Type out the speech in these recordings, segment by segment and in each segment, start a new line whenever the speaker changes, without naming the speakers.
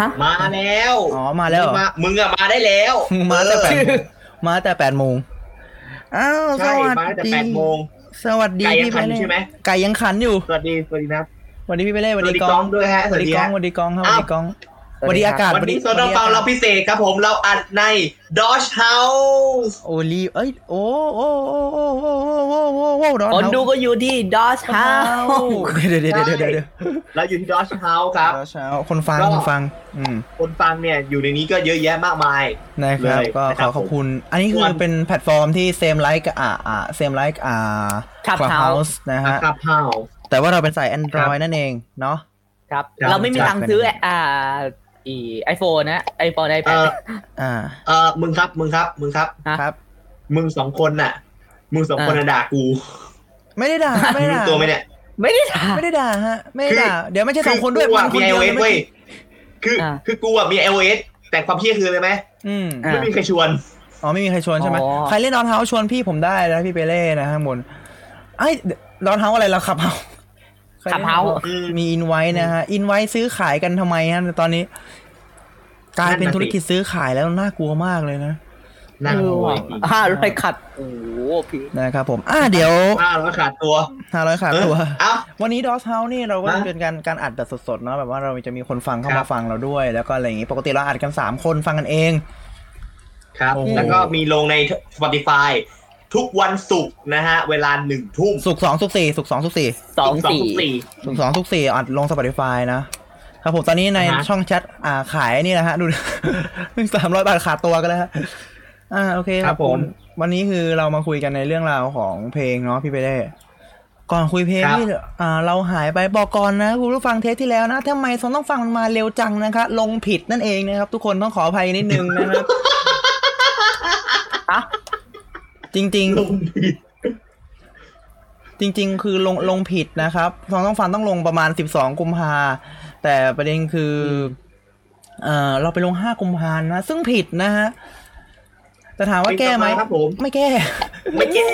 ฮะ
มาแล้ว
อ๋อมาแล้วเหรอ
มามึงอะมาได้แล้ว
มาแต่แป
เอ
ด
อ
มาแต่แปดโมงอ้าวส
ใช่
วัส
มาตั้งแต่
ดี
แปดโมง
สวัสดี
ไก่ยัง
พี่
ขัน
เล่
ใช่ไหม
ไก่ยังขันอยู่
สวัสดีสวัสดีนะ
วันนี้พี่ไปเล่สวัสดีก
กล้
อ
อง งด้วยฮะ
ส
ส
วั
วั
ส
ส
ดี
ดี
กอง
ฮะ
สวัสดีกองครับส
อ้า
วั
ว
สดีกองสวัสดีอากาศ
วันนี้โซนเปาเรา
พี่
พิเศษครับผมเราอัดใน Dodge House
โอลีเอ้ยโอ้โอ้โอ้โอ้โอ้โอ้โอ้โอ้โอ้ร้อน
คนดูก็อยู่ที่ดอช
เช้า
เฮา
เดี๋ยวเดี๋ยวเดี๋ยวเดี๋ยวเดี๋ยว
เราอยู่ที่ Dodge House ครับ
เช้าคนฟัง
ก็
คนฟัง อืม
คนฟังเนี่ยอยู่ในนี้ก็เยอะแยะมากมาย
นะครับ
เลย
ก็
นะ
ข
ครั
อบ ขอบคุณ อันนี้คื
วั
อน เป็นแพลตฟอร์มที่เซมไลค์อ่าอ่าเซมไลค์อ่า
ครับเฮา
Clubhouse นะฮะ
นะครับ House
แต่ว่าเราเป็นสาย Android นั่นเองเนาะ
ครับ
ครับ
เราไม่มีตังค์ซื้ออ่าอีไอโฟนนะไอโฟนไอแพ
เอ
ด
อ
อ่า
เออมึงครับมึงครับมึงครับ
ครับ
มึงสองคนน่ะ มึงสองคนน่ะด่ากู
ไม่ได้ด่า ไม่
มึงรู้
ได้ด่า
ตัวไหมเนี่ย
ไม่ได้ถ่าย
ไม่ได้ด่าฮะ ไม่ได้
คือ
ด่า เดี๋ยวไม่ใช่สองคนด้วย
กู
มั
อะ
นค
มี
นเดียว
iOS
เลย
เว้ย
ไม่
คือ
อ่า
คือกูอะมี iOS แต่ความเพี้ยคืออะไรไหม
อืม
อ่า
ไม่มีใครชวน
อ๋อไม่มีใครชวนใช่ไหม
อ๋อ
ใครเล่นนอนเฮาชวนพี่ผมได้นะพี่เปเล่นะฮะมนไอ้นอนเฮาอะไรเราขับเฮา
ขับเฮา
อืม
มีอินไว้นะฮะ อินไว้ซื้อขายกันทำไมฮะตอนนี้ กลายเป็น
นั่นน่ะสิ
ธุรกิจซื้อขายแล้วน่ากลัวมากเลยนะ
นั่ง
เอ
โว
อยว่ะ
อีก
อ่ารถไฟขัดโอ้โหพี่
นะครับผม อ่าเดี๋ยว
ห้าร้อยขาดตัว
ห้าร้อยขาดตัว
เออเอ้า
วันนี้ดอสเฮานี่เราก็
มา
จะเป็นการการอัดแบบสดๆเนาะแบบว่าเราจะมีคนฟังเข้า
ครั
มา
บ
ฟังเราด้วย แล้วก็อะไรอย่างงี้ปกติเราอัดกันสามคนฟังกันเอง
ครับ
โอ้โห
แล้วก็มีลงใน Spotify ทุกวันศุกร์นะฮะ เวลาหนึ่งทุ่ม
สุกร์สองสุกร์สี่สุกร์สองสุกร์สี่
สองสี่
สุกร์สองสุกร์สี่อัดลง Spotify นะครับผมตอนนี้ใน
อ่าฮะ
ช่องแชทอ่าขายนี่นะฮะดู สามร้อยบาทขาดตัวกันแล้วฮะอ่าโอเค
ครับผม
วันนี้คือเรามาคุยกันในเรื่องราวของเพลงเนาะพี่ไปได้ ก่อนคุยเพลง
ครับ
ที่อ่าเราหายไปบอกก่อนนะคุณผู้ฟังเทปที่แล้วนะทำไมซอนต้องฟังมันมาเร็วจังนะคะ ลงผิดนั่นเองนะครับ ทุกคนต้องขออภัยนิดนึงนะครับ
อ่ะ
จริง
ลงดี
ๆ จริง ๆ คือลงลงผิดนะครับซอนต้องฟังต้องลงประมาณ 12 กุมภาแต่ประเด็นคืออเออเราไปลง 5 กุมภานะ ซึ่งผิดนะฮะแต่ถามว่าแก้ไหม
ครับผม
ไม่แก้
ไม่แก้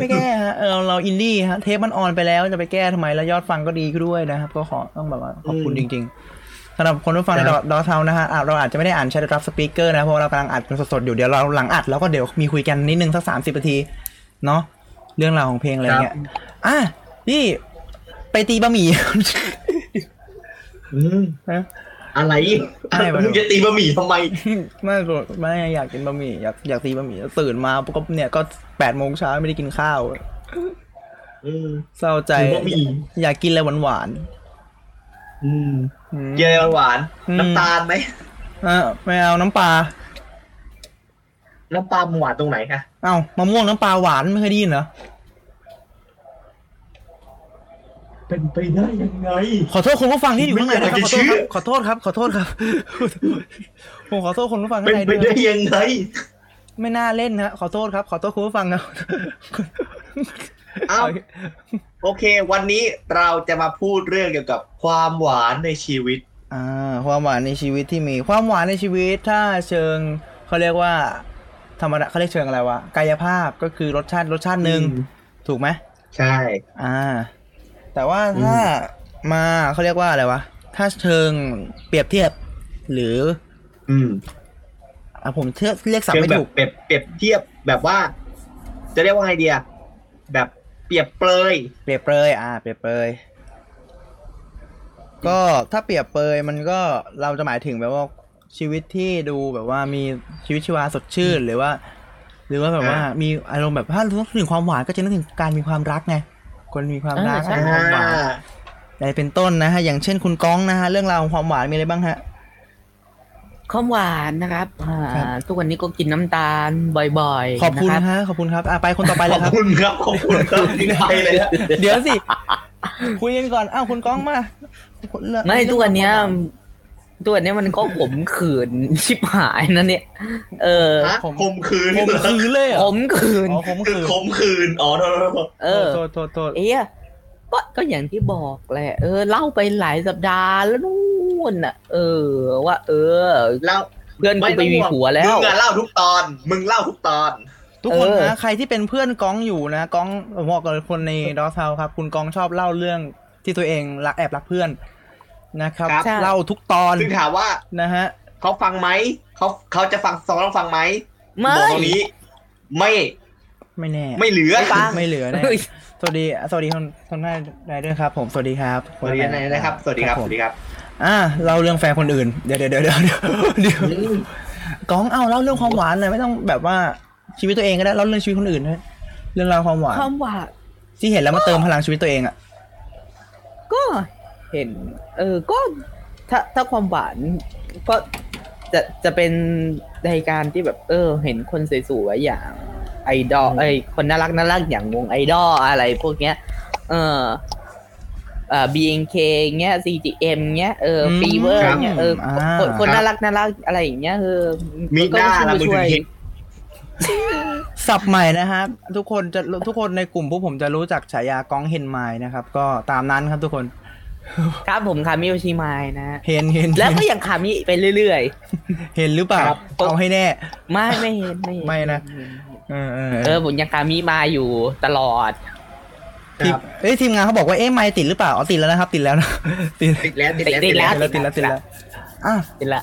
ไม่แก้ฮะเออเราอินดี้ฮะเทปมันออนไปแล้วจะไปแก้ทำไมแล้วยอดฟังก็ดีขึ้นด้วยนะครับ ก็ขอต้องแบบว่าขอบคุณจริงๆสำหรับคนที่ฟังใน
ครับ
ดอเทานะฮะอ่ะเราอาจจะไม่ได้อ่านแชทรับสปีกเกอร์นะเพราะว่าเรากำลังอัดกันสดๆอยู่เดี๋ยวเราหลังอัดแล้วก็เดี๋ยวมีคุยกันนิดนึงสักสามสิบนาทีเนาะเรื่องราวของเพลงอะไรเงี้ยอ่ะพี่ไปตีบะหมี่
อืม
นะ
อะไร
ไม่ไม่
มึงจะตีบะหมี่ทำไม
ไม่โกรธไม่อยากกินบะหมี่อยากอยากตีบะหมี่ตื่นมาปุ๊บก็เนี่ยก็แปดโมงเช้าไม่ได้กินข้าว
อืม
เศร้าใจ
กินบะหมี่
อยากกินอะไรหวาน
อืม
ๆอืม
เยลหวาน
อืม
น้ำตาลไหม
อ่ะไม่เอาน้ำปลา
น้ำตาลมันหวานตรงไหนคะ
เอ้ามะม่วงน้ำปลาหวานไม่เคยได้ยินเหรอ
เป็นไปได้ยังไง
ขอโทษคุณผู้ฟังที่อยู่ข้างในนะ
ไม่อยากจะเชื่อ
ครับขอโทษครับขอโทษครับ ขอโทษครับ ผมขอโทษคุณผู้ฟังข้า
เป็น
งใน
ไป
ด้ว
ได้
ยนะ
ยังไง
ไม่น่าเล่นนะขอโทษครับ ขอโทษคุณผู้ฟังครับ
เอ้า โอเค วันนี้เราจะมาพูดเรื่องเกี่ยวกับความหวานในชีวิต
อ่าความหวานในชีวิตที่มีความหวานในชีวิตถ้าเชิงเขาเรียกว่าธรรมดาเขาเรียกเชิงอะไรวะกายภาพก็คือรสชาติรสชาติหนึ่ง
อืม
ถูกไหม
ใช่
อ่า แต่ว่าถ้ามาเขาเรียกว่าอะไรวะถ้าเชิงเปรียบเทียบหรือ
อืม
อ่ะผมเชื่อเรียกสับ
คือ
ไม่
แบบ
ถูก
เปรียบเปรียบเทียบแบบว่า จะเรียกว่าไงเดียแบบเปรียบเปรย
เปรียบเปรยอ่า เปรียบเปรยก็ถ้าเปรียบเปรยมันก็เราจะหมายถึงแบบว่าชีวิตที่ดูแบบว่ามีชีวิตชีวาสดชื่นหรือว่า หรือว่าแบบว่า
อ่า
มีอารมณ์แบบถ้านึกถึงความหวานก็จะนึกถึงการมีความรักไงคนมีความรัก
อ่าใช่
มีความหวาน อะไรเป็นต้นนะฮะ อย่างเช่นคุณก้องนะฮะ เรื่องราวของความหวานมีอะไรบ้างฮะ
ข้าวหวานนะครับอ่า
ครับ
ทุกวันนี้ก็กินน้ำตาลบ่อยๆ
ขอบคุณ
นะ
ฮะ ขอบคุณครับ อ่ะไปคนต่อไป
ข
เล
อย บ
ครับ
คุณครับ ขอบคุณครับนี่ไปเลยฮะ
เดี๋ยวสิ คุยกันก่อน อ้าวคุณก้องมาเรื่อง
ไม่ทุกวันเนี้ยทุกวันเนี้ยมันก็ขมขื่นชิบหายนั่นเนี่ย เออ
ฮะคมคืน
ผม
เหรอ
คืนเลยเหร
ข
อ
มขื่น
อ๋อผม
คือ
คืน
คมคืน อ๋อโทษโทษโทษ
เออ
โทษโทษโทษ
เอ๊ะก็ก็อย่างที่บอกแหละเออเล่าไปหลายสัปดาห์แล้วนู่นน่ะ เออ ว่า เออ
แล้ว
เพื่อนกูไปมีผัวแล้
มึ
ว
งอะเล่าทุกตอน มึงเล่าทุกตอน
ทุกคน
เออ
นะ ใครที่เป็นเพื่อนก้องอยู่นะก้องผมบอกเลยคนในดอสเฮาครับ คุณก้องชอบเล่าเรื่องที่ตัวเองรักแอบรักเพื่อนนะครับ
ครับ
เล่าทุกตอน
ซึ่งถามว่า
นะฮะ
เขาฟังไหม เขาเขาจะฟังสองต้องฟังไหม
ไม่
บอกตรงนี้ ไม่
ไม่แน่
ไม่เหลือ
ไม่เหลือแน่
เฮ้ย
สวัสดี สวัสดีคนคนได้ได้ด้วยครับ ผม สวัสดีครับ
สวัสดีนะครับ สวัสดีครับ สวัสดีครับ
อ่าเล่าเรื่องแฟนคนอื่น เดี๋ยวเดี๋ยวเดี๋ยวเดี๋ยวเดี๋ยวก้องเอาเล่าเรื่องความหวานหน่อยไม่ต้องแบบว่าชีวิตตัวเองก็ได้เล่าเรื่องชีวิตคนอื่นด้วยเรื่องราวความหวาน
ความหวาน
ที่เห็นแล้วมาเติมพลังชีวิตตัวเองอ่ะ
ก็เห็น เออ ก็ถ้าถ้าความหวานก็จะจะเป็นรายการที่แบบ เออ เห็นคนสวยๆอย่างไอดอลไอยคนน่ารักน่ารักอย่างวงไอดอลอะไรพวกเนี้ย เออเอ่อ BNK เงี้ย CGM เงี้ยเออ
อืม
ฟีเวอร์
ครับ
เงี้ยเออ
อ่า
คนคนน่ารักน่ารักอะไรอย่างเงี้ยเออ
มีหน้าละมึง
ช่
ถึ
วย
งเห็น
สับใหม่นะฮะทุกคนจะทุกคนในกลุ่มพวกผมจะรู้จักฉายาก้องเฮนไมล์นะครับ ก็ตามนั้นครับทุกคน
ครับผมคามิโอชิมายนะ
เฮนเฮน
แล้วก็ยังคามิไปเรื่อย
เฮนหรือเปล่า
ครับ
เอาให้แน่
ๆ ไม่ไม่เห็นไม่เห็น
ไม่นะ
เห็
เออเอ
เอ
อ
อผมยังคามิมาอยู่ตลอด
ทีมเอ้ยทีมงานเขาบอกว่าเอ๊ะไมค์ติดหรือเปล่าอ๋อติดแล้วนะครับ ติดแล้วนะติด
ติดแล้วติดแล้ว
ติดแล้ว
ติดแล้วติดแล้วติดแล้วอ่ะ
เห็นละ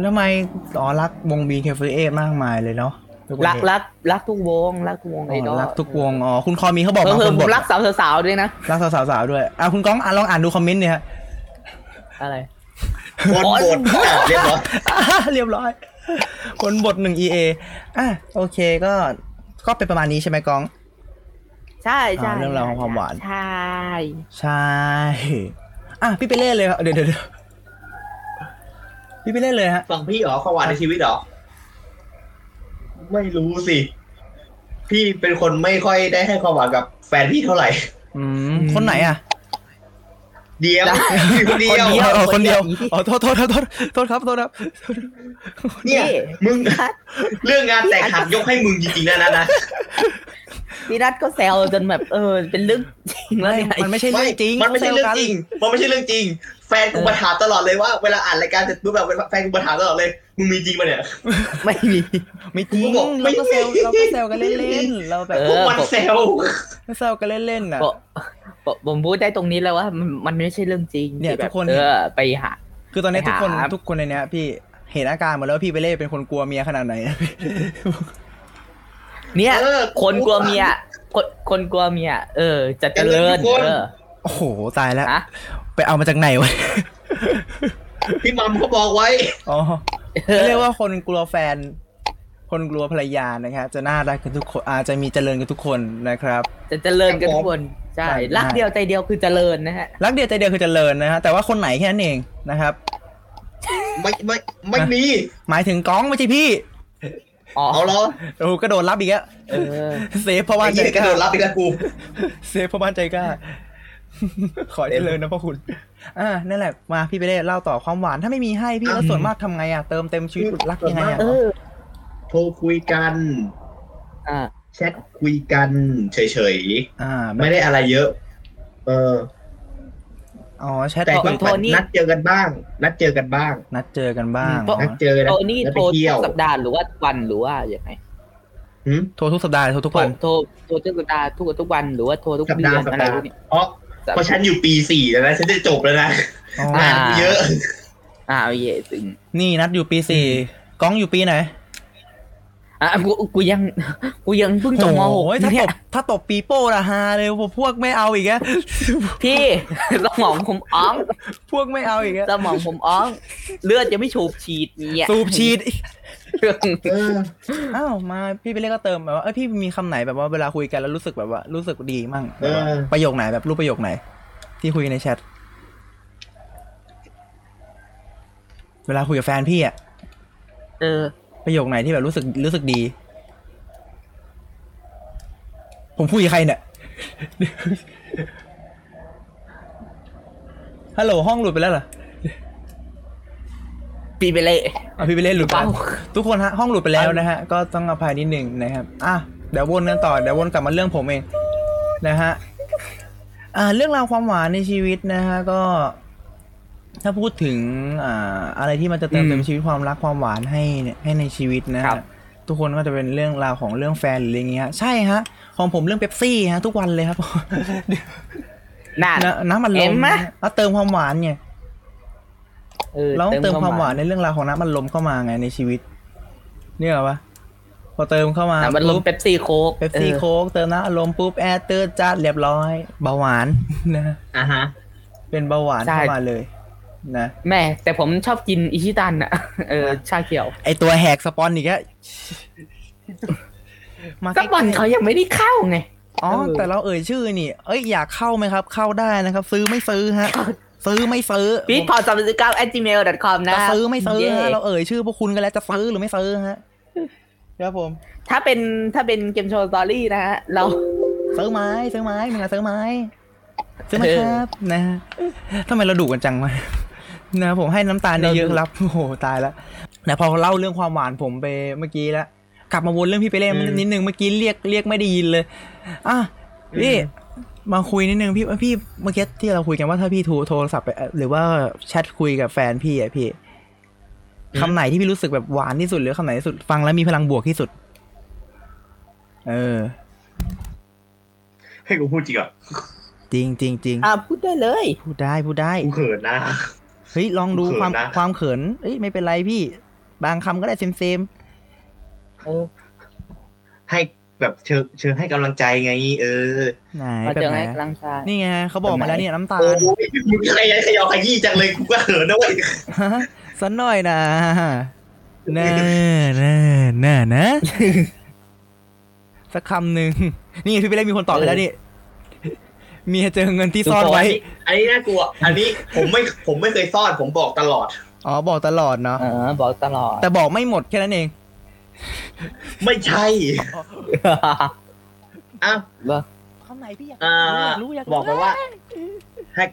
แล้วไม่อ๋อรักวงบีเคฟเอมากมายเลยเนาะทุคน
รักรักรักทุกวง รักทุกวง
อ๋
ไอดอ
อ
ล
รักทุกวง อ๋อ คุณคอมีเขาบอก
เออ
มา
เอ
ค
อนผ
บ
ม
ท
รักสาวสาวๆด้วยนะ
รักสาวๆสาวๆด้วยอ่ะคุณก้องอ่ะลองอ่านดูคอมเมนต์เนี่ยฮะ
อะไร
คนบทเรียบร้อย
เรียบร้อย คนบทหนึ่ง EA อ่ะโอเคก็ก็เป็นประมาณนี้ใช่ไหมก้อง
ใช่ใช่
อ่าเรื่องราวของความหวาน
ใช่
ใช่ อ่ะพี่ไปเล่นเลยครับเดี๋ยวเดี๋ยวเดี๋ยวพี่ไปเล่นเลยฮะ
ฝั่งพี่เหรอความหวานในชีวิตเหรอ ไม่รู้สิ พี่เป็นคนไม่ค่อยได้ให้ความหวานกับแฟนพี่เท่าไหร่
อืมคนไหนอ่ะ
เดียวอยู่คนเดียว
เออคนเดียว อ๋อโทษโทษโทษโทษครับโทษครับ
เนี่ยมึง เรื่องงานแต่งหักยกให้มึงจริงๆนะนะนะ
พี่นัทก็แซวจนแบบเออ เป็นเรื่องจริงแล้วเนี่ย
มันไม่ใช่เรื่องจริง
มันไม่ใช่เรื่องจริง มันไม่ใช่เรื่องจริง แฟนกูมาถามตลอดเลยว่าเวลาอ่านรายการเสร็จปุ๊บแบบแฟนกูมาถามตลอดเลย มึงมีจริงปะเนี่ย
ไม่มี
ไม่จริง
ผมบอกไม่
เราก็แซว
จริง
เราก็แซวกันเล่นๆเราแบบ
เอ
พว
อ
กมันเซล
แซวกันเล่นๆน่ะ
บอกบอกผมพูดได้ตรงนี้แล้วว่ามันมันไม่ใช่เรื่องจริง
เนี่ย
ที่แบบ
ทุกคน
เออไปหา
คือตอนนี้ทุกคน
ไปหา
ทุกคนในเนี้ย พี่เห็นอาการหมดแล้ววาพี่ไปเล่เป็นคนกลัวเมียขนาดไหน
เนี่ย
เออ
คนกลัวเมียคนคนกลัวเมียเออ จะเจริญ
เจริญทุกคน
เออ
โอ้โหตายแล้ว
ฮะ
ไปเอามาจากไหนวะ
พี่มัมเขาบอกไว้
อ๋อเรียกว่าคนกลัวแฟน คนกลัวภรรยานะครับจะน่ารักกันทุกคนอาจจะมีเจริญกันทุกคนนะครับ
จะเจริญกันทุกคน ใช่
ได้
รักเดียวใจเดียวคือเจริญนะฮะ
รักเดียวใจเดียวคือเจริญนะฮะแต่ว่าคนไหนแค่นั้นเองนะครับ
ไม่ไม่ไม่มี
หมายถึงก้องไม่ใช่พี่
อ๋อ
เอาเหรอ
โอ้โหกระโดดรับอีกแล้ว
เออ
เซฟเพราะว่า
ไอ้
ใจ
เหี้ยกระ
กล้า
โดดรับอีกแล้วกู
เซฟพ่อบ้านใจก ล้า ขอให้เลยนะพ่อคุณ อ่า นั่นแหละ มาพี่ไปได้เล่าต่อความหวาน ถ้าไม่มีให้พี่แล้วส่วนมากทำไงอ่ะ เติมเต็มชีวิตรักยังไงอ่ะ
เออ
โทรคุยกัน
อ่า
แชทคุยกันเฉย
อ่า
ๆ
แบบ
ไม่ได้อะไรเยอะ เออ
อ๋อ แชท
แต่
ข
ก็
องโทนี่
นัดเจอกันบ้าง นัดเจอกันบ้าง
นัดเจอกันบ้าง
เพราะ
นัดเจอนะ
โทรนี่
แล้ว
โท
ไป
รทุ
เที่ยว
กสัปดาห์หรือว่าวันหรือว่าอย่างไง
หืม
โทรทุกสัปดาห์ โทรทุก
โทร
วัน
โทรโทรทุกสัปดาห์ทุกทุกวันหรือว่าโทรทุก
สัป
เดื
ดา
อ
ห์
น
สัป
อะไร
ดาห์
พวกนี้
เพราะเพราะฉันอยู่ปีสี่แล้วนะฉันจะจบแล้วนะ
อ๋อ
งานกูเยอะ
อ่าเอาเย่ถึง
นี่นัดอยู่ปีสี่ก้องอยู่ปีไหน
อ่ะกูกูยัง กูยังเพิ่งจบม
ห
.6
ถ้าต
เนี่ย
บ ถ้าตบปีโป้ละฮาเลยพวก ไม่เอาอีกอะ
พี่ สมองผมอ้อง
พวกไม่เอาอีกอะ
สมองผมอ้อง เลือดยังไม่ฉูบฉีดเนี่ย
สูบฉีด
เรื่อง
เออ
อ้าว มาพี่ไปเล่นก็เติมแบบว่า เอ้ยพี่มีคำไหนแบบว่าเวลาคุยกันแล้วรู้สึกแบบว่ารู้สึกดีมั่ง
เออ
แบบว่าประโยคไหนแบบรูปประโยคไหน ที่คุยกันในแชท เวลาคุยกับแฟนพี่อะ
เออ
ประโยคไหนที่แบบรู้สึกรู้สึกดี ผมคุยกับใครเนี่ย ฮัลโหลห้องหลุดไปแล้วเหรอ
ปีไปเลย
อ่ะพี่ไปเล่นหลุดไป
เปล่า
ทุกคนฮะห้องหลุดไปแล้วนะฮะ ก็ต้องอภัยนิดหนึ่งนะครับ อ่ะเดี๋ยววนกันต่อเดี๋ยววนกลับมาเรื่องผมเองนะฮะ อ่าเรื่องราวความหวานในชีวิตนะฮะก็ ถ้าพูดถึงอ่าอะไรที่มันจะเติมเต็มชีวิตความรักความหวานให้เนี่ยให้ในชีวิตนะ
ครั
ฮะ
บ
ทุกคนก็จะเป็นเรื่องราวของเรื่องแฟนหรืออะไรเงี้ยใช่ฮะของผมเรื่องเป๊ปซี่ฮะทุกวันเลยครับ
น่า
น้ำน้ำมันล
เห็
ม
นไหม
แล้วเติมความหวานไงเราต้องเติมความหวานในเรื่องราวของน้ำมันลมเข้ามาไงในชีวิตเนี่ยเหรอวะพอเติมเข้ามา
น้ำมันลม
ปุ๊บ
เป๊ปซี่โค้ก
เป๊ปซี่
ออ
โค้กเติมน้ำอารมณ์ปุ๊บแอร์เตอร์จัดเรียบร้อยเบาหวาน นะฮะ
อ่ะฮะ
เป็นเบาหวาน
ใช่
เข้ามาเลยนะ
แม่แต่ผมชอบกินอิชิตันอะ เออ ชาเขียว
ไอตัวแหกสปอนอีกอะ มาใล้
ก็
ๆ
บ่อนเขายังไม่ได้เข้าไง
อ๋อ
เออ
แต่เราเอ่ยชื่อนี่ เอ้ยอยากเข้าไหมครับ เข้าได้นะครับ ซื้อไม่ซื้อฮะ ซื้อไม่ซื้อ
พีทพอสามสิบเก้า at gmail com นะ
จะ
ครับ
ซื้อไม่ซื้อ
เย่
ฮะเราเอ่ยชื่อพวกคุณกันแล้วจะซื้อหรือไม่ซื้อฮะครับผม
ถ้าเป็นถ้าเป็นเกมโชว์สตอรี่นะฮะเรา
ซื้อไม้ซื้อไม้มึงอะซื้อไม้ซื้อไหม
เออ
ครับ นะฮะทำไมเราดุกันจังวะ นะผมให้น้ำตาลได้เยอะครับโอ้โหตายแล้วนะพอเล่าเรื่องความหวานผมไปเมื่อกี้แล้วกลับมาวนเรื่องพี่ไปเล่นนิดนึงเมื่อกี้เรียกเรียกไม่ได้ยินเลยอ่ะพี่มาคุยนิดนึงพี่พี่เมื่อกี้ที่เราคุยกันว่าถ้าพี่โทรโทรศัพท์ไปเอ่อหรือว่าแชทคุยกับแฟนพี่อะพี่คำไหนที่พี่รู้สึกแบบหวานที่สุดหรือคำไหนที่สุดฟังแล้วมีพลังบวกที่สุด เออ
ให้กูพูดจริงเหรอ่ะ
จริงจริงจริง
อ่ะพูดได้เลย
พูดได้พูดได้
กูเขินนะ
เฮ้ย ลองดู
เขิน
ความ
นะ
ความเขินเอ้ยไม่เป็นไรพี่ บางคำก็ได้เซมเซม
เออ
ให้แบบเชิญเชิญให้กำลังใจไง เออ
ๆไหน
มา
แบบ
เจอ
ไหน
ให้กำลังใจ
นี่ไงเขาบอกมาแล้วเนี่ยน้ำตาล
โอ้ยมึงขยันขยอขยี้จังเลยกูก็เขินนะเว้ย
ฮะสันหน่อยนะแน่แน่แน่นะ สักคำหนึ่งนี่พี่ไปเล่นมีคนตอบไปแล้ว นี่เมียเจอเงินที่ซ่อนไว้
อันนี้น่ากลัว อันนี้ผมไม่ผมไม่เคยซ่อนผมบอกตลอด
อ๋อบอกตลอดเนาะ
เออ บอกตลอด
แต่บอกไม่หมดแค่นั้นเอง
ไม่ใช่อ้าว
คำไหนพี่อยาก
อ่า
รู้อยาก
บอกไปว่า ให้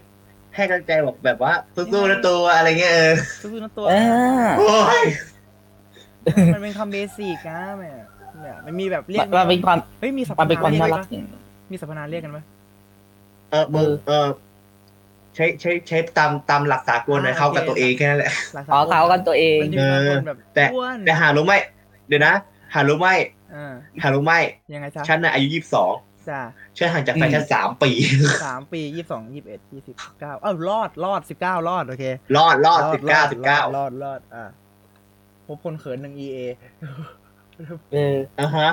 ให้กำลังใจบอกแบบว่าสู้ๆนะตัวอะไรเงี้ยเออ
ซื้อๆนะตัว
เออ
โอ้ย
มันเป็นคำเบสิกนะแม่เนี่ยมันมีแบบเรียก
มันเป็นความ
เฮ้ยมีสรรพ
มันเป็นความ
เรีย
น่าก รัก
ไหมมีสรรพนามเรียกกันไหม
เออมึงเออใช้ใช้ใช้ตามตามหลักสากลนะเข้ากับตัวเองแค่นั้นแหละ
หลักส
อ๋อ
ม
เขากันตัวเอง
มันจะมีบางคนแบบ
แต่
อ้วน
แต่หารู้ไหมเดี๋ยวนะ หารู้ไหม
อ่า
หารู้ไหม
ยังไงจ๊ะ
ฉันน่ะอายุยี่สิบสอง
จ้ะ
ฉันห่างจากแฟนฉันสามปี
สามปียี่สิบสองยี่สิบเอ็ดยี่สิบเก้าเอ้ารอดรอดสิบเก้ารอดโอเค
รอดรอดสิบเก้าสิบเก้าร
อดรอดอ่าพบคนเขินหนึ่งเอเอ
เออ
อ่ะฮะ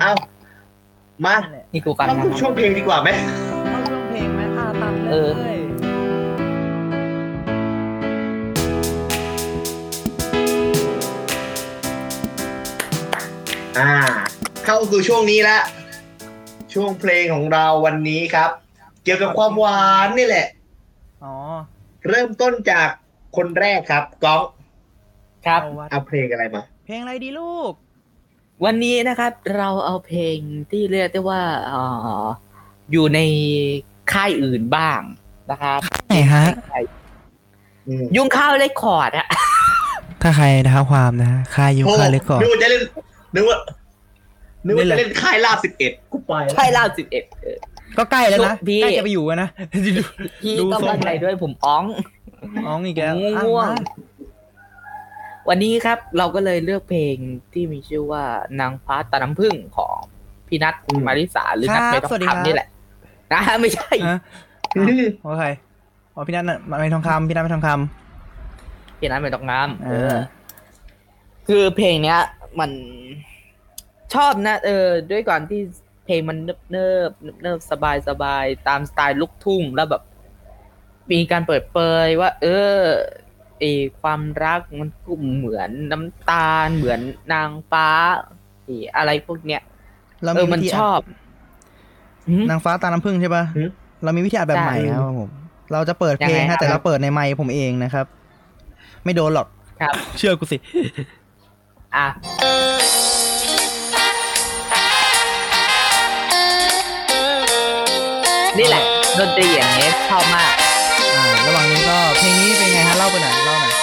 เอ้า มา
นั่นแหละ
นี่กูกัน
เรา
นะ
ขึ้นช่วงเพลงดีกว่าไหม
เข้าเรื่องเพลงไหมอ่าตัดเลย
อ่า เข้าคือช่วงนี้ละ ช่วงเพลงของเราวันนี้ครับ เกี่ยวกับความหวานนี่แหละ
อ๋อ
เริ่มต้นจากคนแรกครับก้อง
ครับ
เอาวัด
เอาเพลงอะไรมา
เพลงอะไรดีลูก
วันนี้นะครับเราเอาเพลงที่เรียกได้ว่าเอ่ออยู่ในค่ายอื่นบ้างนะครับ
ไหนฮะ
อืม
ยุ่งข้าวเลคคอร์ดอะ
ถ้าใครท้าความนะค่ายุค่าเล็กก่อน
นึกว่าจะเล่นนึกว่านึกว่า
เล่น
จะ
อะไร
เล่นค่ายลาบสิบเอ็ดกูไปละ
ใช่ล่าสิบเอ็ด
ก็ใกล้แล้วนะ
พี่
ใกล้จะไปอยู่แล้วนะ
พี่
ดู
ต้อง
ทรง
มาใจด้วยผมอ้อง
อ๋องอีกแล้วอ่ะ
ง่วง
มา
วันนี้ครับเราก็เลยเลือกเพลงที่มีชื่อว่านางฟ้าตาน้ำผึ้งของพี่นัทมาริสาหรือนัทไม่ต้องคำนี่แหละนะไม่ใช่
ฮะ
อืม
โอเคอ๋อพี่นัทน่ะไม่ทองคำพี่นัทไม่ทองค
พี่นัทไม่ต้องงาม
ำเอ
เอ
อ
อ คือเพลงเนี้ย มันชอบนะ เออ ด้วยก่อนที่เพลงมันเนิบเนิบเนิบเนิบสบายสบายตามสไตล์ลูกทุ่งแล้วแบบ มีการเปิดเผยว่า เออไอความรักมันก็เหมือนน้ำตาล เหมือนนางฟ้าไอ้อะไรพวกเนี้ย
เรา
เอ
มี
อ มั
วิ
น
ธี
ช
อั
อ
ด
บหืม
นางฟ้าตาน้ำผึ้งใช่ป่ะ
อืม
เรามีวิธีอัดแบบใหม่
ใช่
ครับผม เราจะเปิดเพลง
ยังไงครั
ฮะ
บ
แต่เราเปิดในไมค์ผมเองนะครับ ไม่โดนหรอก
ครับ
เชื่อกูสิ
อ่ะ นี่แหละดนตรีอย่างนี้ชอบมาก
อ่าระหว่างนี้ก็เพลงนี้เป็นไงฮะเล่าไปหน่อยเล่าหน่อย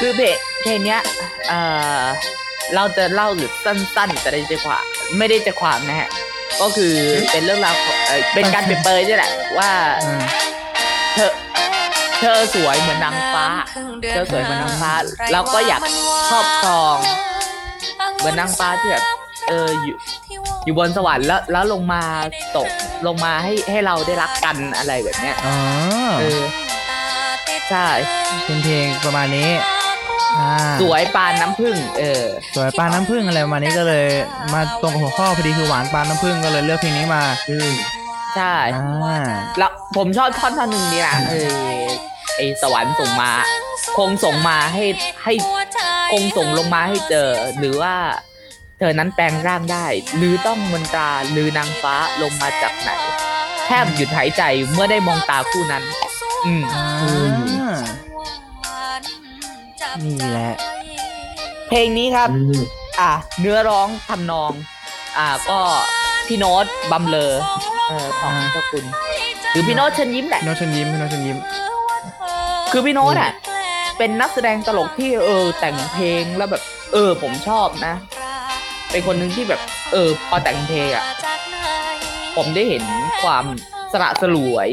คือเพลงเพลงเนี้ยเออเราจะเล่าหรือสั้นๆ แต่ได้ใจความไม่ได้ใจความนะฮะ ก็คือเป็นเรื่องราวของเอ่อเป็นการเปรียบเปรยนี่แหละ ว่า
อ่า
เธอ เธอสวยเหมือนนาน
าง ง
ฟ้า
ฟ้า
เธ
เธ
อ
อ
ส
ส
ว
วย ย
เห
เหมื
มือ
อน
นาน
นาง ง
ฟ้า
ฟ้า
เรา
เรา
ก็
ก็อ
อาย
ยาก ก
ค
ค
ร
รอ
อบบค
ค
ร
ร
อ
อง ง
เห
เห
มื
มื
อ
อน
นาน
นาง ง
ฟ้า
ฟ้า
ที่
ที่
แบ
แบบ บ
เอ
เอ
อ
อ
อ
อยู่ ยู่
อ
อยู่ ยู่
บบ น
น
ส
ส
ว
ว
ร
รร
รค์
ค์
แล้
แล้ว ว
แล้
แล้ว วล
ลง
ง
มา
มา
ต
ต
ก
ก
ล
ลง
ง
มา
มาให้
ให้
ให้
ให้
เรา
เรา
ได้
ได้รั
รัก
ก
กั
กัน น
อะ
อะไร ไร
แบ
แบบ บ
เนี้
เนี้ย
ย
อ๋อ
เออ
ใช่
เป็นเพลงประมาณนี้อ่า
สวยปานน้ำผึ้งเออ
สวยปานน้ำผึ้งอะไรประมาณนี้ก็เลย มาตรงกับหัวข้อพอดีคือหวานปานน้ำผึ้งก็เลยเลือกเพลงนี้มา
อืม
ใช่
อ่า
แล้วผมชอบท่อนท่อนหนึ่งนี่นะเออไอสวรรค์ส่งมา คงส่งมาให้ให้คงส่งลงมาให้เจอ หรือว่า เธอนั้นแปลงร่างได้ หรือต้องมนตราหรือนางฟ้าลงมาจากไหน แทบหยุดหายใจเมื่อได้มองตาคู่นั้น อืม
อ่า นี่แหละ
เพลงนี้ครับ
อืม
อ่ะเนื้อร้องทำนอง อ่ะก็พี่โน้ตบำเลอเออของเจ้าคุณหรือพี่โน้ตเชิญยิ้มแหละ
พี่โน้ตเชิญยิ้มพี่โน้ตเชิญยิ้ม
คื
คือ อพี่โน้ตอ่ะ
เป็
เป็น น
นั
นั
ก
ก
แส
แส
ด
ด
ง
ง
ต
ต
ล
ล
ก
ก
ที่
ที่
เอ
เอ
อ
อ
แต่
แต่
ง
ง
เพ
เพ
ล
ล
ง
ง
แล้
แล้ว ว
แบ
แบบบ เออ ผมชอบนะ เป็นคนหนึ่งที่แบบ เออ พอแต่งเพลงอ่ะ
ผ
ผม ม
ได้
ได้
เห็
เห็
น
นค
คาว
วาม ม
ส
ส
ละ
ละ
ส
ส
ล
ล
ว
วย ย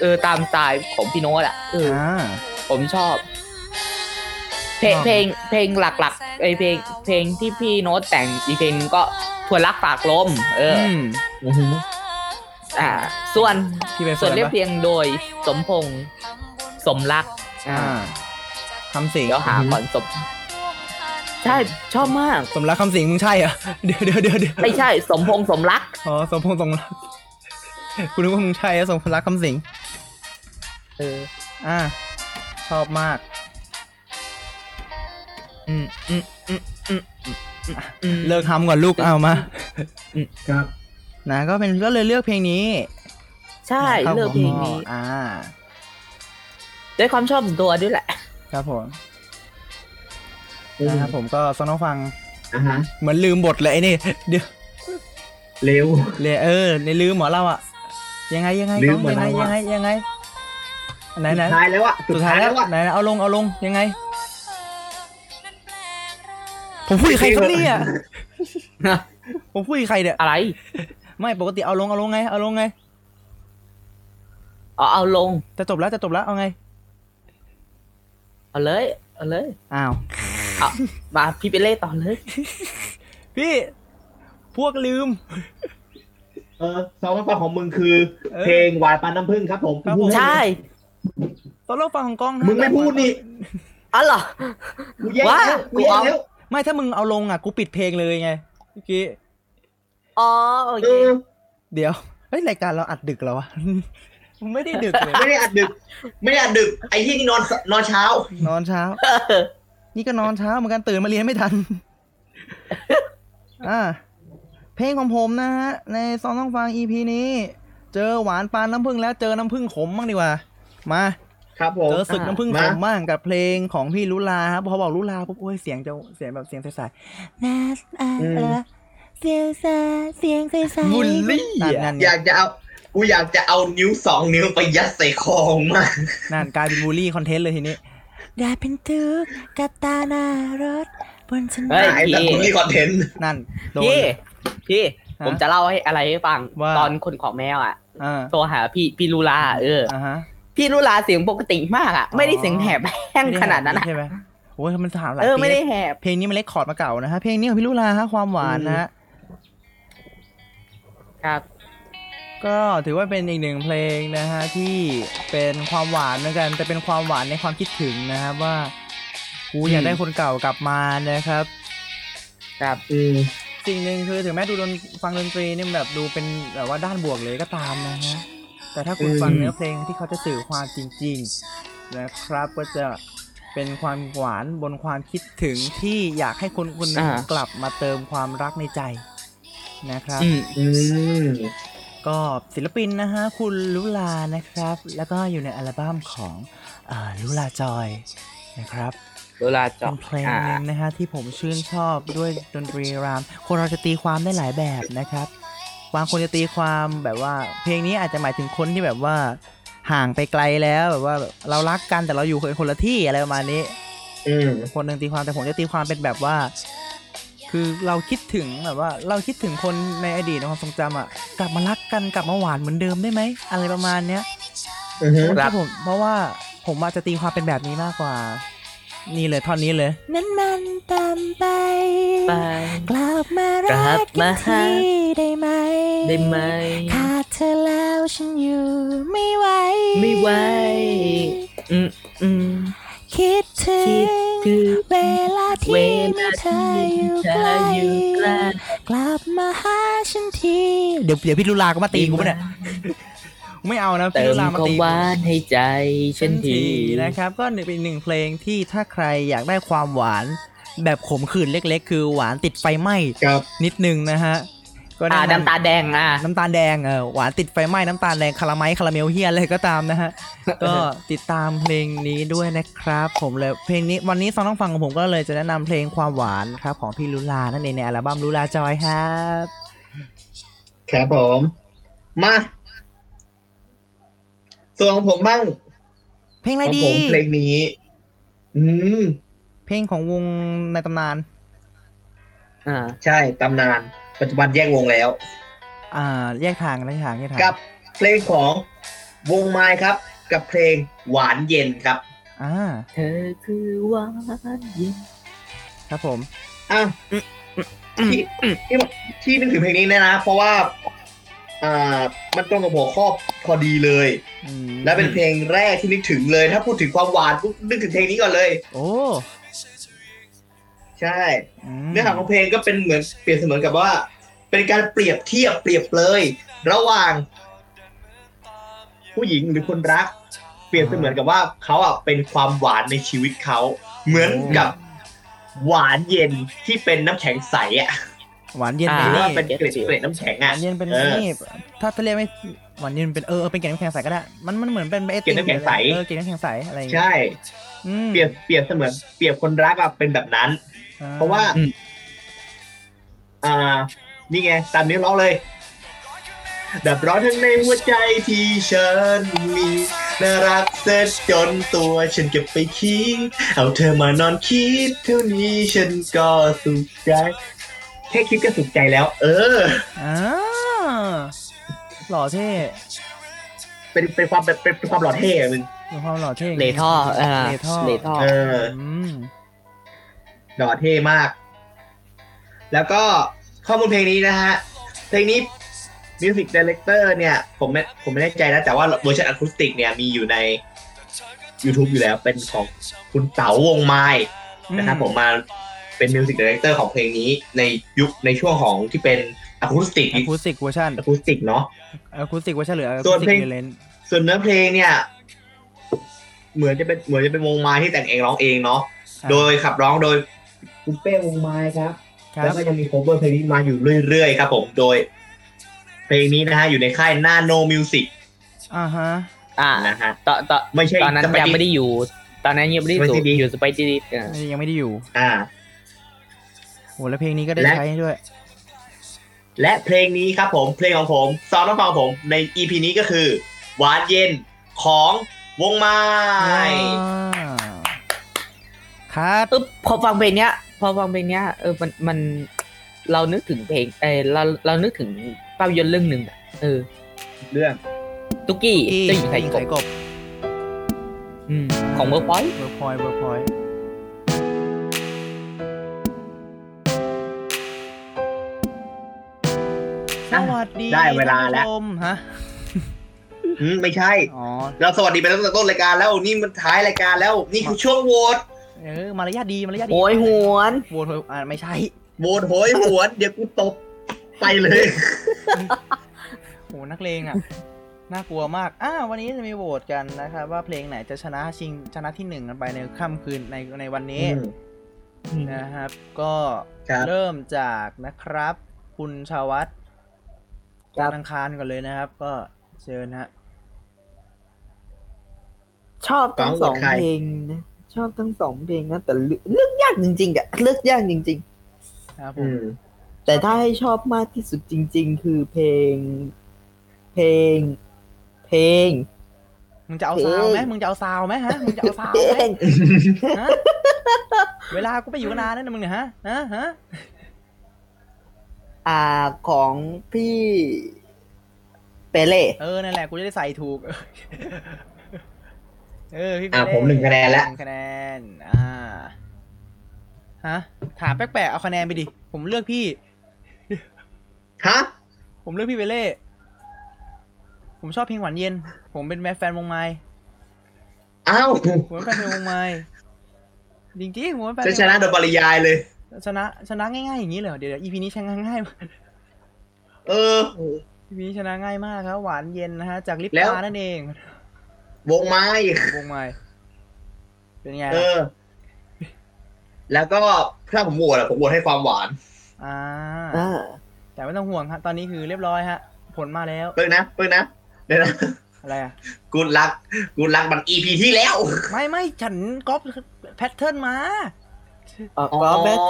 เออตามสไตล์ของพี่โน้ตอ่ะเออ
อ่า
ผมชอบ เพลง
ชอบ
เพลงเพลงหลักๆไอเพลงเพลงที่พี่โน้ตแต่งอีกเพลงหนึงก็ทวนรักฝากลม เออ
อื
อ
ม
อ่า ส่วน
ที่เป็น
ส่วน
ส่วนอะไร
เรียบเรียงโดยสมพงษ์สมรัก อ่า
อ่าคำสิง
เดี๋ยวหาก่อนสมใช่ชอบมาก
สมรักคำสิงมึงใช่เหรอเดี๋ยวเดี๋ยวเดี๋ยวเดี๋ยว
ไม่ใช่ สมพงษ์สมรัก
อ๋อสมพงษ์สมรักกูนึกว่ามึงใช่อะสมรักคำสิง
เออ
อ่า ชอบมาก
อืมอืมอืมอืมอืม
เลิกทำก่อนลูกเอามา
ครับ
นะก็เป็นก็เลยเลือกเพลงนี้
ใช่
ข้า
เลิกเพลง
หัวข้อ
นี้
อ่า
ด้วยความชอบส่วนตัวด้วยแหละ
ครับผม
อืม
นะครับผมก็ซองน้องฟัง
อ่ะฮะ
เหมือนลืมบทเลยไอ้นี่ เดี๋ยว
เร็ว
เลยเออในลืมหมอเราอะยังไงยังไง
ลื
น้
ม
อง
หมอ
ยังไง
เรา
ยั
อะ
งไงยังไงไหนไหน
สุดท้ายแล้วอะ
สุดท้ายแล้ว
อะ
ไหนๆเอาลงเอาลงยังไง ผมพูดกับใครครับเนี่ยผมพูดกับใครเนี่ย
อะไร
ไม่ปกติเอาลงเอาลงไงเอาลงไง
เอาเอาลง
จะจบแล้วจะจบแล้วเอาไง
เอาเลย เอาเลย
อ้าว
เอามาพี่ไปเล่ต่อเลย
พี่พวกลืม
เออซองฟังของมึงคือ
เออ
เพลงหวานปานน้ำผึ้งครับผม
ครับผม
ใช่
ตอนเราฟังของกล้องนะ
มึงไม่พูดนี่
อ๋อเหรอ
กูแย่งแล้วกูแย่งแล้ว
ไม่ถ้ามึงเอาลงอ่ะกูปิดเพลงเลยไงเมื่อกี้
อ๋อ โอ
เอ
เค
อ
เดี๋ยวเฮ้ยรายการเราอัดดึกแล้ววะ ไม่ได้ดึกเลย
ไม่ได้อัดดึก ไม่ได้อัดดึก ไอ้ที่นี่นอนนอนเช้า
นอนเช้า นี่ก็นอนเช้าเหมือนกันตื่นมาเรียนไม่ทัน อ่าเพลงของผมนะฮะในซองต้องฟัง EP นี้ เจอหวานปานน้ำผึ้งแล้วเจอน้ำผึ้งขมบ้างดีกว่า มา
ครับผม
เจอศึก
อ่ะ
น้ำผึ้ง
มา
ขมบ้างกับเพลงของพี่ลุลาครับพอบอกลุลาปุ๊บโอ้ยเสียงจะเสียงแบบเสียงใส
นะ อ่า
อืม
เออเสียงซาเสียงใส
ๆ
ๆ
บุลลี่นั่นนั่น
อยากจะเอา กูอยากจะเอานิ้วสองนิ้วไปยัดใส่คอของมาก
นั่นกลายเป็นบูลลี่คอนเทนต์เลยทีนี้
ได้เป็นตึกกระตาหน้ารถ บนถน
เฮ้
น
ย
หายแล้วกูมีคอนเทนต์
นั่นโดน
พี่ พี่
ฮะ
ผมจะเล่าให้อะไรให้ฟัง
ว่า
ตอนคนของแมวอ่ะ
อ่า
โทรหาพี่ พี่ลูลา เออ
อ่าฮะ
พี่ลูลาเสียงปกติมากอ่ะ ไม่ได้เสียงแหบแห้งขนาดนั้นอะ
ใช่ไหมโอ้ยมันถามหลาย
เออ
ปี
ไม่ได้แหบ
เพลงนี้มันเล็กคอร์ดมาเก่านะฮะ เพลงนี้ของพี่ลุลาฮะความหวานนะฮะ
ครับ
ก็ถือว่าเป็นอีกหนึ่งเพลงนะฮะ ที่เป็นความหวานเหมือนกัน แต่เป็นความหวานในความคิดถึงนะครับว่ากูอยากได้คนเก่ากลับมานะครับ
ครับ
สิ่งหนึ่งคือถึงแม้ดูดนฟังดนตรีเนี่ยแบบดูเป็นแบบว่าด้านบวกเลยก็ตามนะฮะ แต่ถ้าคุณ
อืม
ฟังเนื้อเพลงที่เขาจะสื่อความจริงๆนะครับ ก็จะเป็นความหวานบนความคิดถึงที่อยากให้คนคนหนึง
อ่า
กลับมาเติมความรักในใจนะครับ
อืม
อืม
ก็ศิลปินนะฮะคุณลุลานะครับ แล้วก็อยู่ในอัลบั้มของเอ่อลุลาจอย นะครับ
เวลา
เป็
เจาะ
นเพลงหนึ่งนะฮะที่ผมชื่นชอบด้วยดนตรีราม คนเราจะตีความได้หลายแบบนะครับ บางคนจะตีความแบบว่า เพลงนี้อาจจะหมายถึงคนที่แบบว่าห่างไปไกลแล้วแบบว่าแบบเรารักกันแต่เราอยู่คนละที่อะไรประมาณนี้
อืม
คนหนึ่งตีความแต่ผมจะตีความเป็นแบบว่า คือเราคิดถึงแบบว่า เราคิดถึงคนในอดีตในความทรงจำอ่ะกลับมารักกันกลับมาหวานเหมือนเดิมได้ไหมอะไรประมาณเนี้ย
อือฮึ
ครับผมเพราะว่าผมอาจจะตีความเป็นแบบนี้มากกว่า นี่เลยท่อนนี้เลย
นั้นมันตามไป
ไป
กลับมาก
ลั
รับ ก
มา
มา
หา
ทีได้ไหม
ได้ไหม
ขาดเธอแล้วฉันอยู่ไม่ไหว
ไม่ไหว อืมอืม
คิดถึ
คิ
ง
ดถึง
เวลา
เว
ที่
ลา
มีเธ
ที่
ออยู่
เธออยู่
ใก
ใก
ล้
ล้
กลับมาหาฉันที
เดี๋ยวเดี๋ยวพี่ลุลาก็มาตีกูปะเนี่ย ไม่เอานะ
เติ
พี่
ม
ลุลามา
ความ
ตี
หวานให้ใจฉันที
นะครับ ก็เป็นหนึ่งเพลงที่ถ้าใครอยากได้ความหวาน แบบขมขื่นเล็กๆ คือหวานติดไฟไหม้
ครับ
นิดนึงนะฮะก็
อ่า
แะำ
น้ำตาแดงอ่ะ
น้ำตาลแดงเออหวานติดไฟไหม้น้ำตาลแดงคาราไมล์คาราเมลเฮียอะไรก็ตามนะฮะ ก็ติดตามเพลงนี้ด้วยนะครับ ผมเลยเพลงนี้วันนี้ซองต้องฟังของผมก็เลยจะแนะนำเพลงความหวานครับของพี่ลุลานั่นเองในอัลบั้มลุลาจอยครับ
ครับผม มา ส่วนของผมบ้าง
เพลงอะไร
ของ
ดี
ผมเพลงนี้ อืม
เพลงของวงในตำนาน
อ่า
ใช่ตำนาน ปัจจุบันแยกวงแล้ว
อ่าแยกทางนะแยกทางแยกทาง
กับเพลงของวงไม้ครับ กับเพลงหวานเย็นครับ
อ่า
เธอคือหวานเย็น
ครับผม
อ่ะที่ที่ที่นึกถึงเพลงนี้เนยนะ เพราะว่า อ่า มันตรงกับหัวข้อพอดีเลย
อืม
และเป็นเพลงแรกที่นึกถึงเลย ถ้าพูดถึงความหวานปุ๊บนึกถึงเพลงนี้ก่อนเลย
โอ้
ใช่
ม
เนื้อหาของเพลงก็เป็นเหมือนเปรียบเสมือนกับว่า เป็นการเปรียบเทียบเปรียบเลย ระหว่าง ผู้หญิงหรือคนรัก เปรียบเสมือนกับว่าเขาอ่ะเป็นความหวานในชีวิตเขาเหมือนกับหวานเย็นที่เป็นน้ำแข็งใสอ่ะ
หวานเย็น
อ่า
ห
เป็
รือ
น
ว่าเป็นเก
นี่
ล็ดเกล็ดน้ำแข็ง
ห
อ่ะ
วานเย็นเป็น
ออ
นี่ถ้าถ้าเรียกไม่หวานเย็นเป็นเออเออเป็นแกงน้ำแข็งใสก็ได้มันมันเหมือนเป็นไอติม
แกงน้ำแข็งใส
เออแกงน้ำแข็งใสอะไรอย่างเงี้ย
ใช่
อืม
เปรียบเปรียบเสมือนเปรียบคนรักอ่ะเป็นแบบนั้น
อ่
เพราะว่า
อืม
อ่า นี่ไง ตามนี้ร้องเลย ดับร้อนทั้งในหัวใจที่ฉันมี น่ารักเสร็จจนตัวฉันเก็บไปคิด เอาเธอมานอนคิดเท่านี้ฉันก็สุขใจ แค่คิดก็สุขใจแล้ว เออ
อ่าหล่อเท่
เป็นเป็นความเป็นเป็นความหล่อเท่อะมึง
มีความหล่อเท่
เลท่ออ่า
เลท่อ
เลท่อ
เออ
ม
หล่อเท่มาก แล้วก็ข้อมูลเพลงนี้นะฮะ เพลงนี้มิวสิกดีเลกเตอร์เนี่ย ผมไม่ผมไม่แน่ใจนะ แต่ว่าเวอร์ชันอะคูสติกเนี่ยมีอยู่ใน YouTube อยู่แล้วเป็นของคุณเต๋าวงไม้นะครับผมมาเป็นมิวสิกดีเลกเตอร์ของเพลงนี้ในยุคในช่วงของที่เป็นอะคูสติก
อะคูสติกเวอร์ชัน
อะคูสติกเนาะ
อะคูสติกเวอร์ชันหรืออะ
ส่
คู
วน
สติ
เพล
ก
ง
เวอร์เลน
ส่วนเนื้อเพลงเนี่ย เหมือนจะเป็นเหมือนจะเป็นวงไม้ที่แต่งเองร้องเองเนาะโดยขับร้องโดยคุณเป้วงไม้ครับ
ครับ
แล้วก็ยังมีโคเวอร์เพลงนี้มาอยู่เรื่อยๆครับผมโดย เพลงนี้นะฮะ อยู่ในค่าย Nano Music
อ่าฮะ
อ่า
นะฮะ
ตอนตอน
ไม่ใช่
ตอนนั้น
สปา
ยัง
เกตตี้
ไม่ได้อยู่ ตอนนั้นยังไม่ได้อยู่
Spaghetti
อยู่สไปซี่ดิสอ่า
ยังไม่ได้อยู่
อ่า
โหแล้วเพลงนี้ก็ได้
และ
ใช้ด้วย
และเพลงนี้ครับผมเพลงของผมซองน้องฟังของผมใน EP นี้ก็คือ หวานเย็นของวงไม้
ว้าวครับ
เออพอฟังเพลงเนี้ย พอฟังเพลงเนี้ยเออมันมันเรานึกถึงเพลงเออเราเรานึกถึงภาพยนตร์เรื่องหนึ่งอะเออ
เรื่อง
ตุ๊กกี้เจ้าหญิงไข่ก
ไข่
บ
กบ
อืมของเวิร์กพอย
เวิร์กพอยต์เวิร์กพอยต์ส
อ่ะ
วัสดี
ได้เวลาแล้ว
ท่นผู้ชมฮะ
อืมไม่ใช่
อ๋อ
เราสวัสดีไปตั้งแต่ต้นรายการแล้วนี่มันท้ายรายการแล้ว นี่คือช่วงโหวต
เออ มารยาทดี มารยาทดี
โอยหวน
โหวตโหวตอ่าไม่ใช่
โหวตโหยหวนเดี๋ยวกูตบไปเลย
โหนักเลงอ่ะ น่ากลัวมาก อ่า วันนี้จะมีโหวตกันนะครับ ว่าเพลงไหนจะชนะชิงชนะที่หนึ่งกันไปในค่ำคืนในในวันนี้
อืม
นะครับ ก็
ครับ
เริ่มจากนะครับ คุณชาวัตจากอังคารก่อนเลยนะครับ ก็เชิญฮะ
ชอบทั้งสองเพลงนะ ชอบทั้งสองเพลงนะแต่เลือกเลือกยากจริงๆอะเลือกยากจริง
ครับผ
อื
ม
ม
ๆ แต่ถ้าให้ชอบมากที่สุดจริง ๆ คือเพลง เพลง เพลง
มึงจะเอาซาวไหมมึงจะเอาซาวไหมฮะ มึงจะเอาซาว
เพล
ไหม
ง
ฮะ เวลากูไปอยู่นานนั่นนะมึงเนี่ยฮะฮะฮะ
อ่าของพี่เปเล่
เออ นั่นแหละ กูจะได้ใส่ถูก เออ พี่
อ่ะ
เป้
ผมหนึ่งคะแนนละ
หนึ่งคะแนน อ่า ฮะ ถามแปลกๆ เอาคะแนนไปดิ ผมเลือกพี่
ฮะ
ผมเลือกพี่เบเล่ ผมชอบเพลงหวานเย็น ผมเป็นแฟนวงไม้
อ้าว
ผมเป็นแฟนเพลงวงไม้จริงๆผมเป็นแฟนเพ
จะ
ลง
ชนะโดยปริยายเลย
ชนะ ชนะง่ายๆอย่างนี้เหรอ เดี๋ยวอีพีนี้ชนะง่าย
เออ
อีพีนี้ชนะง่ายมากครับ หวานเย็นนะฮะ จากลิป
แล้ว
ตานั่นเอง
วงไม้
วงไม้เป็นไง
เอ
ล่ะ
อ แล้วก็ถ้าผมโหวตอะผมโหวตให้ความหวาน
อ่า
อ่า
แต่ไม่ต้องห่วงครับตอนนี้คือเรียบร้อยฮะ ผลมาแล้ว
เพิ่งนะเพิ่งนะเดี๋ยวนะ
อะไรอ่ะ
กูรักกูรักมันอีพีที่แล้ว
ไม่ไม่ฉันก๊อปแพทเทิร์นมา
อ่าก็แบท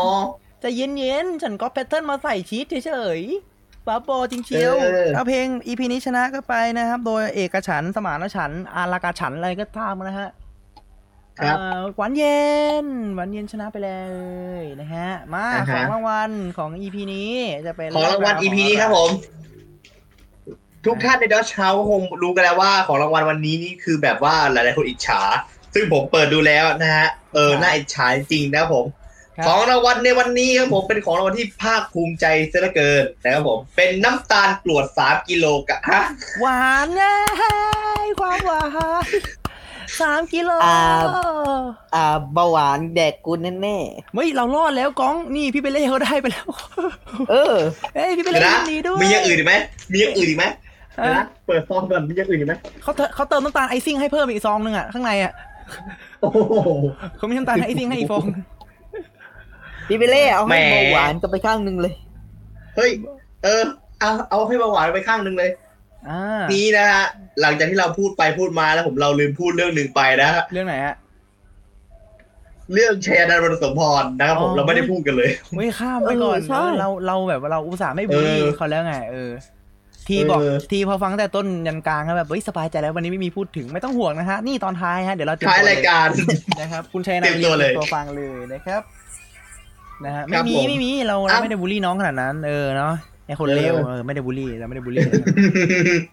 ใจะเย็นเย็นๆฉันก๊อปแพทเทิร์นมาใส่ชีตเฉยๆบ้าบอจริงเชียวเอาเพลงอีพีนี้ชนะก็ไปนะครับ โดยเอกฉันท์สมานฉันท์อาลากาฉันท์อะไรก็ตามนะฮะ
ครับ
เอ่อหวานเย็นหวานเย็นชนะไปเลยนะฮะ มา
อ่า
ขอ
ฮะ
งรางวัลของอีพีนี้จะเป็น
ของรางวัล EP นี้ครับผม ทุกท่านในดอชเชาคงรู้กันแล้วว่าของรางวัลวันนี้นี่คือแบบว่าหลายๆคนอิจฉา ซึ่งผมเปิดดูแล้วนะฮะ เออน่าอิจฉาจริงๆนะครับผม ของรางวัลในวันนี้ครับผมเป็นของรางวัลที่ภาคภูมิใจเสียเหลือเกินนะครับผม เป็นน้ำตาลกรวดสามกิโลกรัมฮ ะ
หวานนะความหวานสามกิโล
อ่าอ่าเบาหวานแดกกูแน่
เฮ้ยเรารอดแล้วก้องนี่พี่ไปเล่เขาได้ไปแล้ว
ๆเออ
เฮ้ยพี่ไป
เดี๋
เล่
ยวนะ
ยินดีด้วย
มีอย่างอื่นอีกไหมมีอย่างอื่นอีกไหม
เอ
เดี๋ยว
อ
นะเปิดซองก่อนมีอย่างอื่นอีกไหม
เขาเติมเขาเติมน้ำตาลไอซิ่งให้เพิ่มอีกซองหนึ่งอ่ะข้างในอ่ะ
โอ้โห
เขามีน้ำ ตาลไอซิ่งให้อีกฟอง
พี่เปเล่เอาให้
แหม
เบาหวานกันไปข้างหนึ่งเลย
เฮ้ย เออ เอาเอาให้เบาหวานไปข้างหนึ่งเลย
อ่า
นี้นะฮะ หลังจากที่เราพูดไปพูดมาแล้วผมเราลืมพูดเรื่องหนึ่งไปนะฮะ
เรื่องไหนฮะ
เรื่องชัยนันท์วรสมพรนะครับผม
อ๋อ
เราไม่ได้พูดกันเลย
เฮ้ยข้ามไปก่อ
เอ
น
อใช่
เออเราเราแบบว่าเราอุตส่าห์ไม่บูลลี่
เออ
เขาแล้วไงเออ ทีบอก
เออ
ทีพอฟังตั้งแต่ต้นยันกลางก็แบบเฮ้ยสบายใจแล้ววันนี้ไม่มีพูดถึงไม่ต้องห่วงนะฮะนี่ตอนท้ายฮะเดี๋ยวเราเตรียม
ท้าย
ตัวเล
รายการ
นะครับคุณชัย
เตรี
นาย
ยมตัวเลย
ตัวฟังเลยนะครับนะฮะ
ค
ไม่
รับ
มี
ผม
ไม่มีเราเรา
อ้าว
ไม่ได้บูลลี่น้องขนาดนั้น เออเนาะไอคนเลว
เออ
เออไม่ได้บูลลี่เราไม่ได้บู ลลี่นะครับ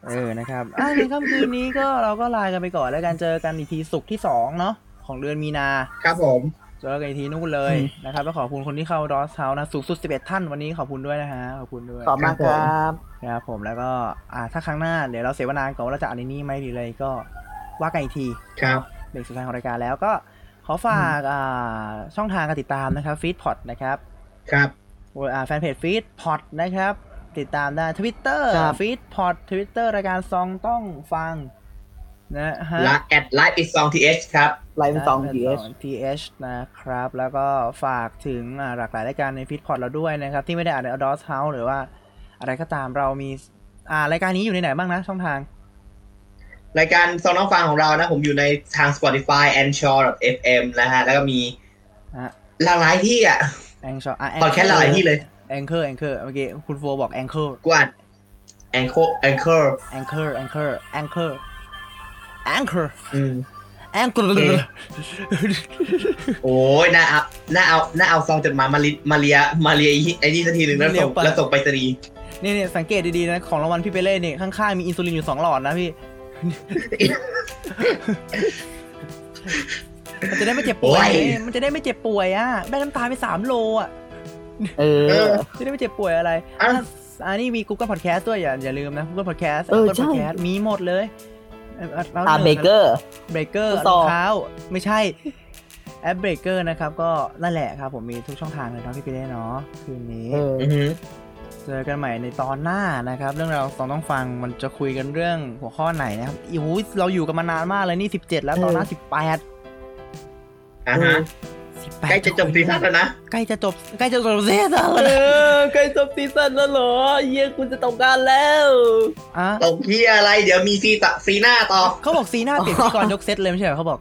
เออ นะครับ อ่ะในค่ำคืนนี้ก็เราก็ลากันไปก่อนแล้วกันเจอกันอีกทีศุกร์ที่สองเนาะของเดือนมีนา
ครับผม
เจอกันอีกทีนู่นเลยนะครับแล้วขอบคุณคนที่เข้าดอสเฮานะสูงสุด 11 ท่านวันนี้ขอบคุณด้วยนะฮะ ขอบคุณด้วย
ขอบมาก
ค
ค
ผ
รับ
ม
รับ
นะครับผมแล้วก็อ่าถ้าครั้งหน้าเดี๋ยวเราเสวนาก่อนว่าเราจะอันนี้ไหมหรืออะไรก็ว่ากันอีกที
ครับ
เบรกสุดท้ายของรายการแล้วก็ขอฝากอ่าช่องทางการติดตามนะครับฟีดพอดนะครับ
ครับ
อ่าแฟนเพจฟีดพอดนะครับ ติดตามได้ทวิตเตอร์
ครับ
ฟีดพอดทวิตเตอร์รายการซองต้องฟัง นะฮะ
และแอดไลฟ์อีกซองทีเอชครับ
ไลน์เป็นสองทีเอส
TH นะครับ แล้วก็ฝากถึงอ่าหลากหลายรายการในฟีดพอดเราด้วยนะครับ ที่ไม่ได้อ่านในอดอสเฮาหรือว่าอะไรก็ตามเรามีอ่ารายการนี้อยู่ในไหนบ้างนะช่องทาง
รายการซองน้องฟังของเรานะ ผมอยู่ในทาง Spotify a n c h o r FM นะฮะ แล้วก็มี
ฮะ
หลากหลายที่อ่ะ
แองเชอร์
พอดแคสต์หลายที่เลย
แองเกอร์แองเกอร์เมื่อกี้คุณโฟบอกแองเกอร์
กวาดแองโคแองเกอร์
แองเกอร์แองเกอร์แองเกอร์แองเกอร์
อืม
แองเกอ
โอเค
ร์
โอ้ยน่าเอาน่าเอาน่าเอาซองจดหมายมาลิมาเลียมาเลียไอ้นี่สักทีหนึ่งแล้ว
เรีย
ส่
ก
ง
ไป
แล้วส่งไปรษณีย์
นี่เนี่ยสังเกตดีๆนะของรางวัลพี่เปเล่เนี่ยข้างๆมีอินซูลินอยู่สองหลอดนะพี่ มันจะได้ไม่เจ็บป่วย
โอ้ย
มันจะได้ไม่เจ็บป่วยอ่ะได้น้ำตาลไปสามโลอ่ะ
เอ
เอ
อ
อ
จะได้ไม่เจ็บป่วยอะไร
อ่ะ
อ่ะอันนี้มี Google Podcast ด้วยอย่าอย่าลืมนะ Google Podcast
เออ
Apple
ใช่
Podcast มีหมดเลย
อ่าเบเกอร์
เบเกอร์
ต่
รอ
อ
งเท้าไม่ใช่แอปเบเกอร์นะครับก็นั่นแหละครับผมมีทุกช่องทางเลยเนาะพี่เปเล่เนาะคืนนี้
เออ
อือหือ
เจอกันใหม่ในตอนหน้านะครับ เรื่องเราวสองต้องฟังมันจะคุยกันเรื่องหัวข้อไหนนะครับอีหูยเราอยู่กันมานานมากเลยนี่ 17 แล้วตอนหน้า 18
อ่าฮะ
18
ใกล้จะจบซีซั่นแล้วนะ
ใกล้จะจบใกล้จะจบซีซั่น
เอ
แล้ว
อใกล้จบซีซั่นแล้วเหรอเยี่ยคุณจะตกงานแล้ว
อ่ะ
ตกที่อะไร เดี๋ยวมีซีตะซีหน้าต่อ
เขาบอกซีหน้าติดที่ก่อนยกเซตเลยไม่ใช่เหรอเขาบอก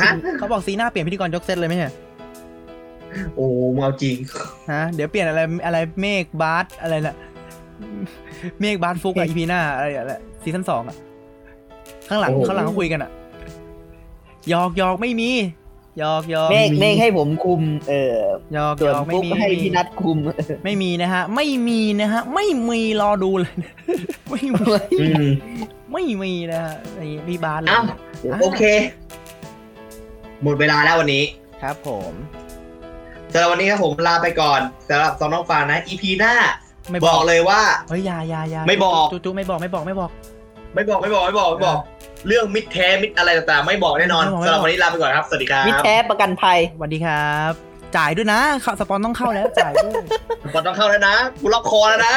ฮะ
เขาบอกซีหน้าเปลี่ยนพิธีกรยกเซตเลยไหมเนี่ย
โอ้มึงเอาจริง
ฮะเดี๋ยวเปลี่ยนอะไรอะไรเมฆบาร์สอะไรน่ะเมฆบาร์สฟุกอะอีพีหน้าอะไรอะไรซีซั่นสองอะข้างหลัง
โอ้โห
ข้างหลังเขาคุยกันอะหยอกหยอกไม่มีหยอกหยอก
เมฆเมฆให้ผมคุม เออ
หยอกห
ส่
ย
วน
อกไม่
ปุ๊บ
มี
ให้พี่นัทคุม
ไม่มีนะฮะ ไม่มีนะฮะ ไม่มีรอดูเลย ไม่มี
อืม
ไม่มีนะฮะไอ้พี่บาร์สเลย
เอ้าโอเค หมดเวลาแล้ววันนี้
ครับผม
สำหรับวันนี้ครับผมลาไปก่อนสำหรับสองน้องฟางนะ EP หน้า
ไม่
บอกเลยว่า
เฮ้ยอยาอยาอยา
ไม่บอก
จุ๊จุ๊ไม่บอกไม่บอกไม่บอก
ไม่บอกไม่บอกไม่บอกไม่บอก เรื่องมิดแท้มิดอะไรต่างๆ ไม่บอกแน่นอน
ไม่บอกไม่
สำหรับ
บอก
วันนี้ลาไปก่อนครับสวัสดีครับ
มิตรแท้ประกันภัย
สวัสดีครับ จ่ายด้วยนะเข้าสปอนต้องเข้าแล้วจ่ายด้วย
ก่อนต้องเข้าแล้วนะกูล็อกคอแล้วนะ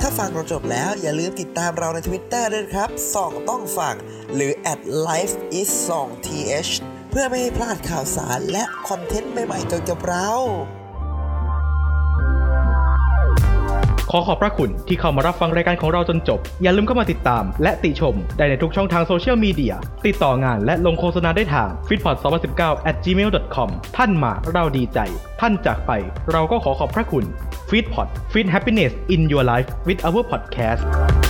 ถ้าฟังเราจบแล้วอย่าลืมติดตามเราใน Twitter ด้วยนะครับส่องต้องฟังหรือ at life is 2 th เพื่อไม่ให้พลาดข่าวสารและคอนเทนต์ใหม่ๆเกี่ยวกับเรา
ขอขอบพระคุณที่เข้ามารับฟังรายการของเราจนจบ อย่าลืมเข้ามาติดตาม และติชม ได้ในทุกช่องทางโซเชียลมีเดีย ติดต่องานและลงโฆษณาได้ทาง f i t p o d 2019 at gmail.com ท่านมาเราดีใจ ท่านจากไป เราก็ขอขอบพระคุณ f i t p o d f i t Happiness in Your Life with our podcast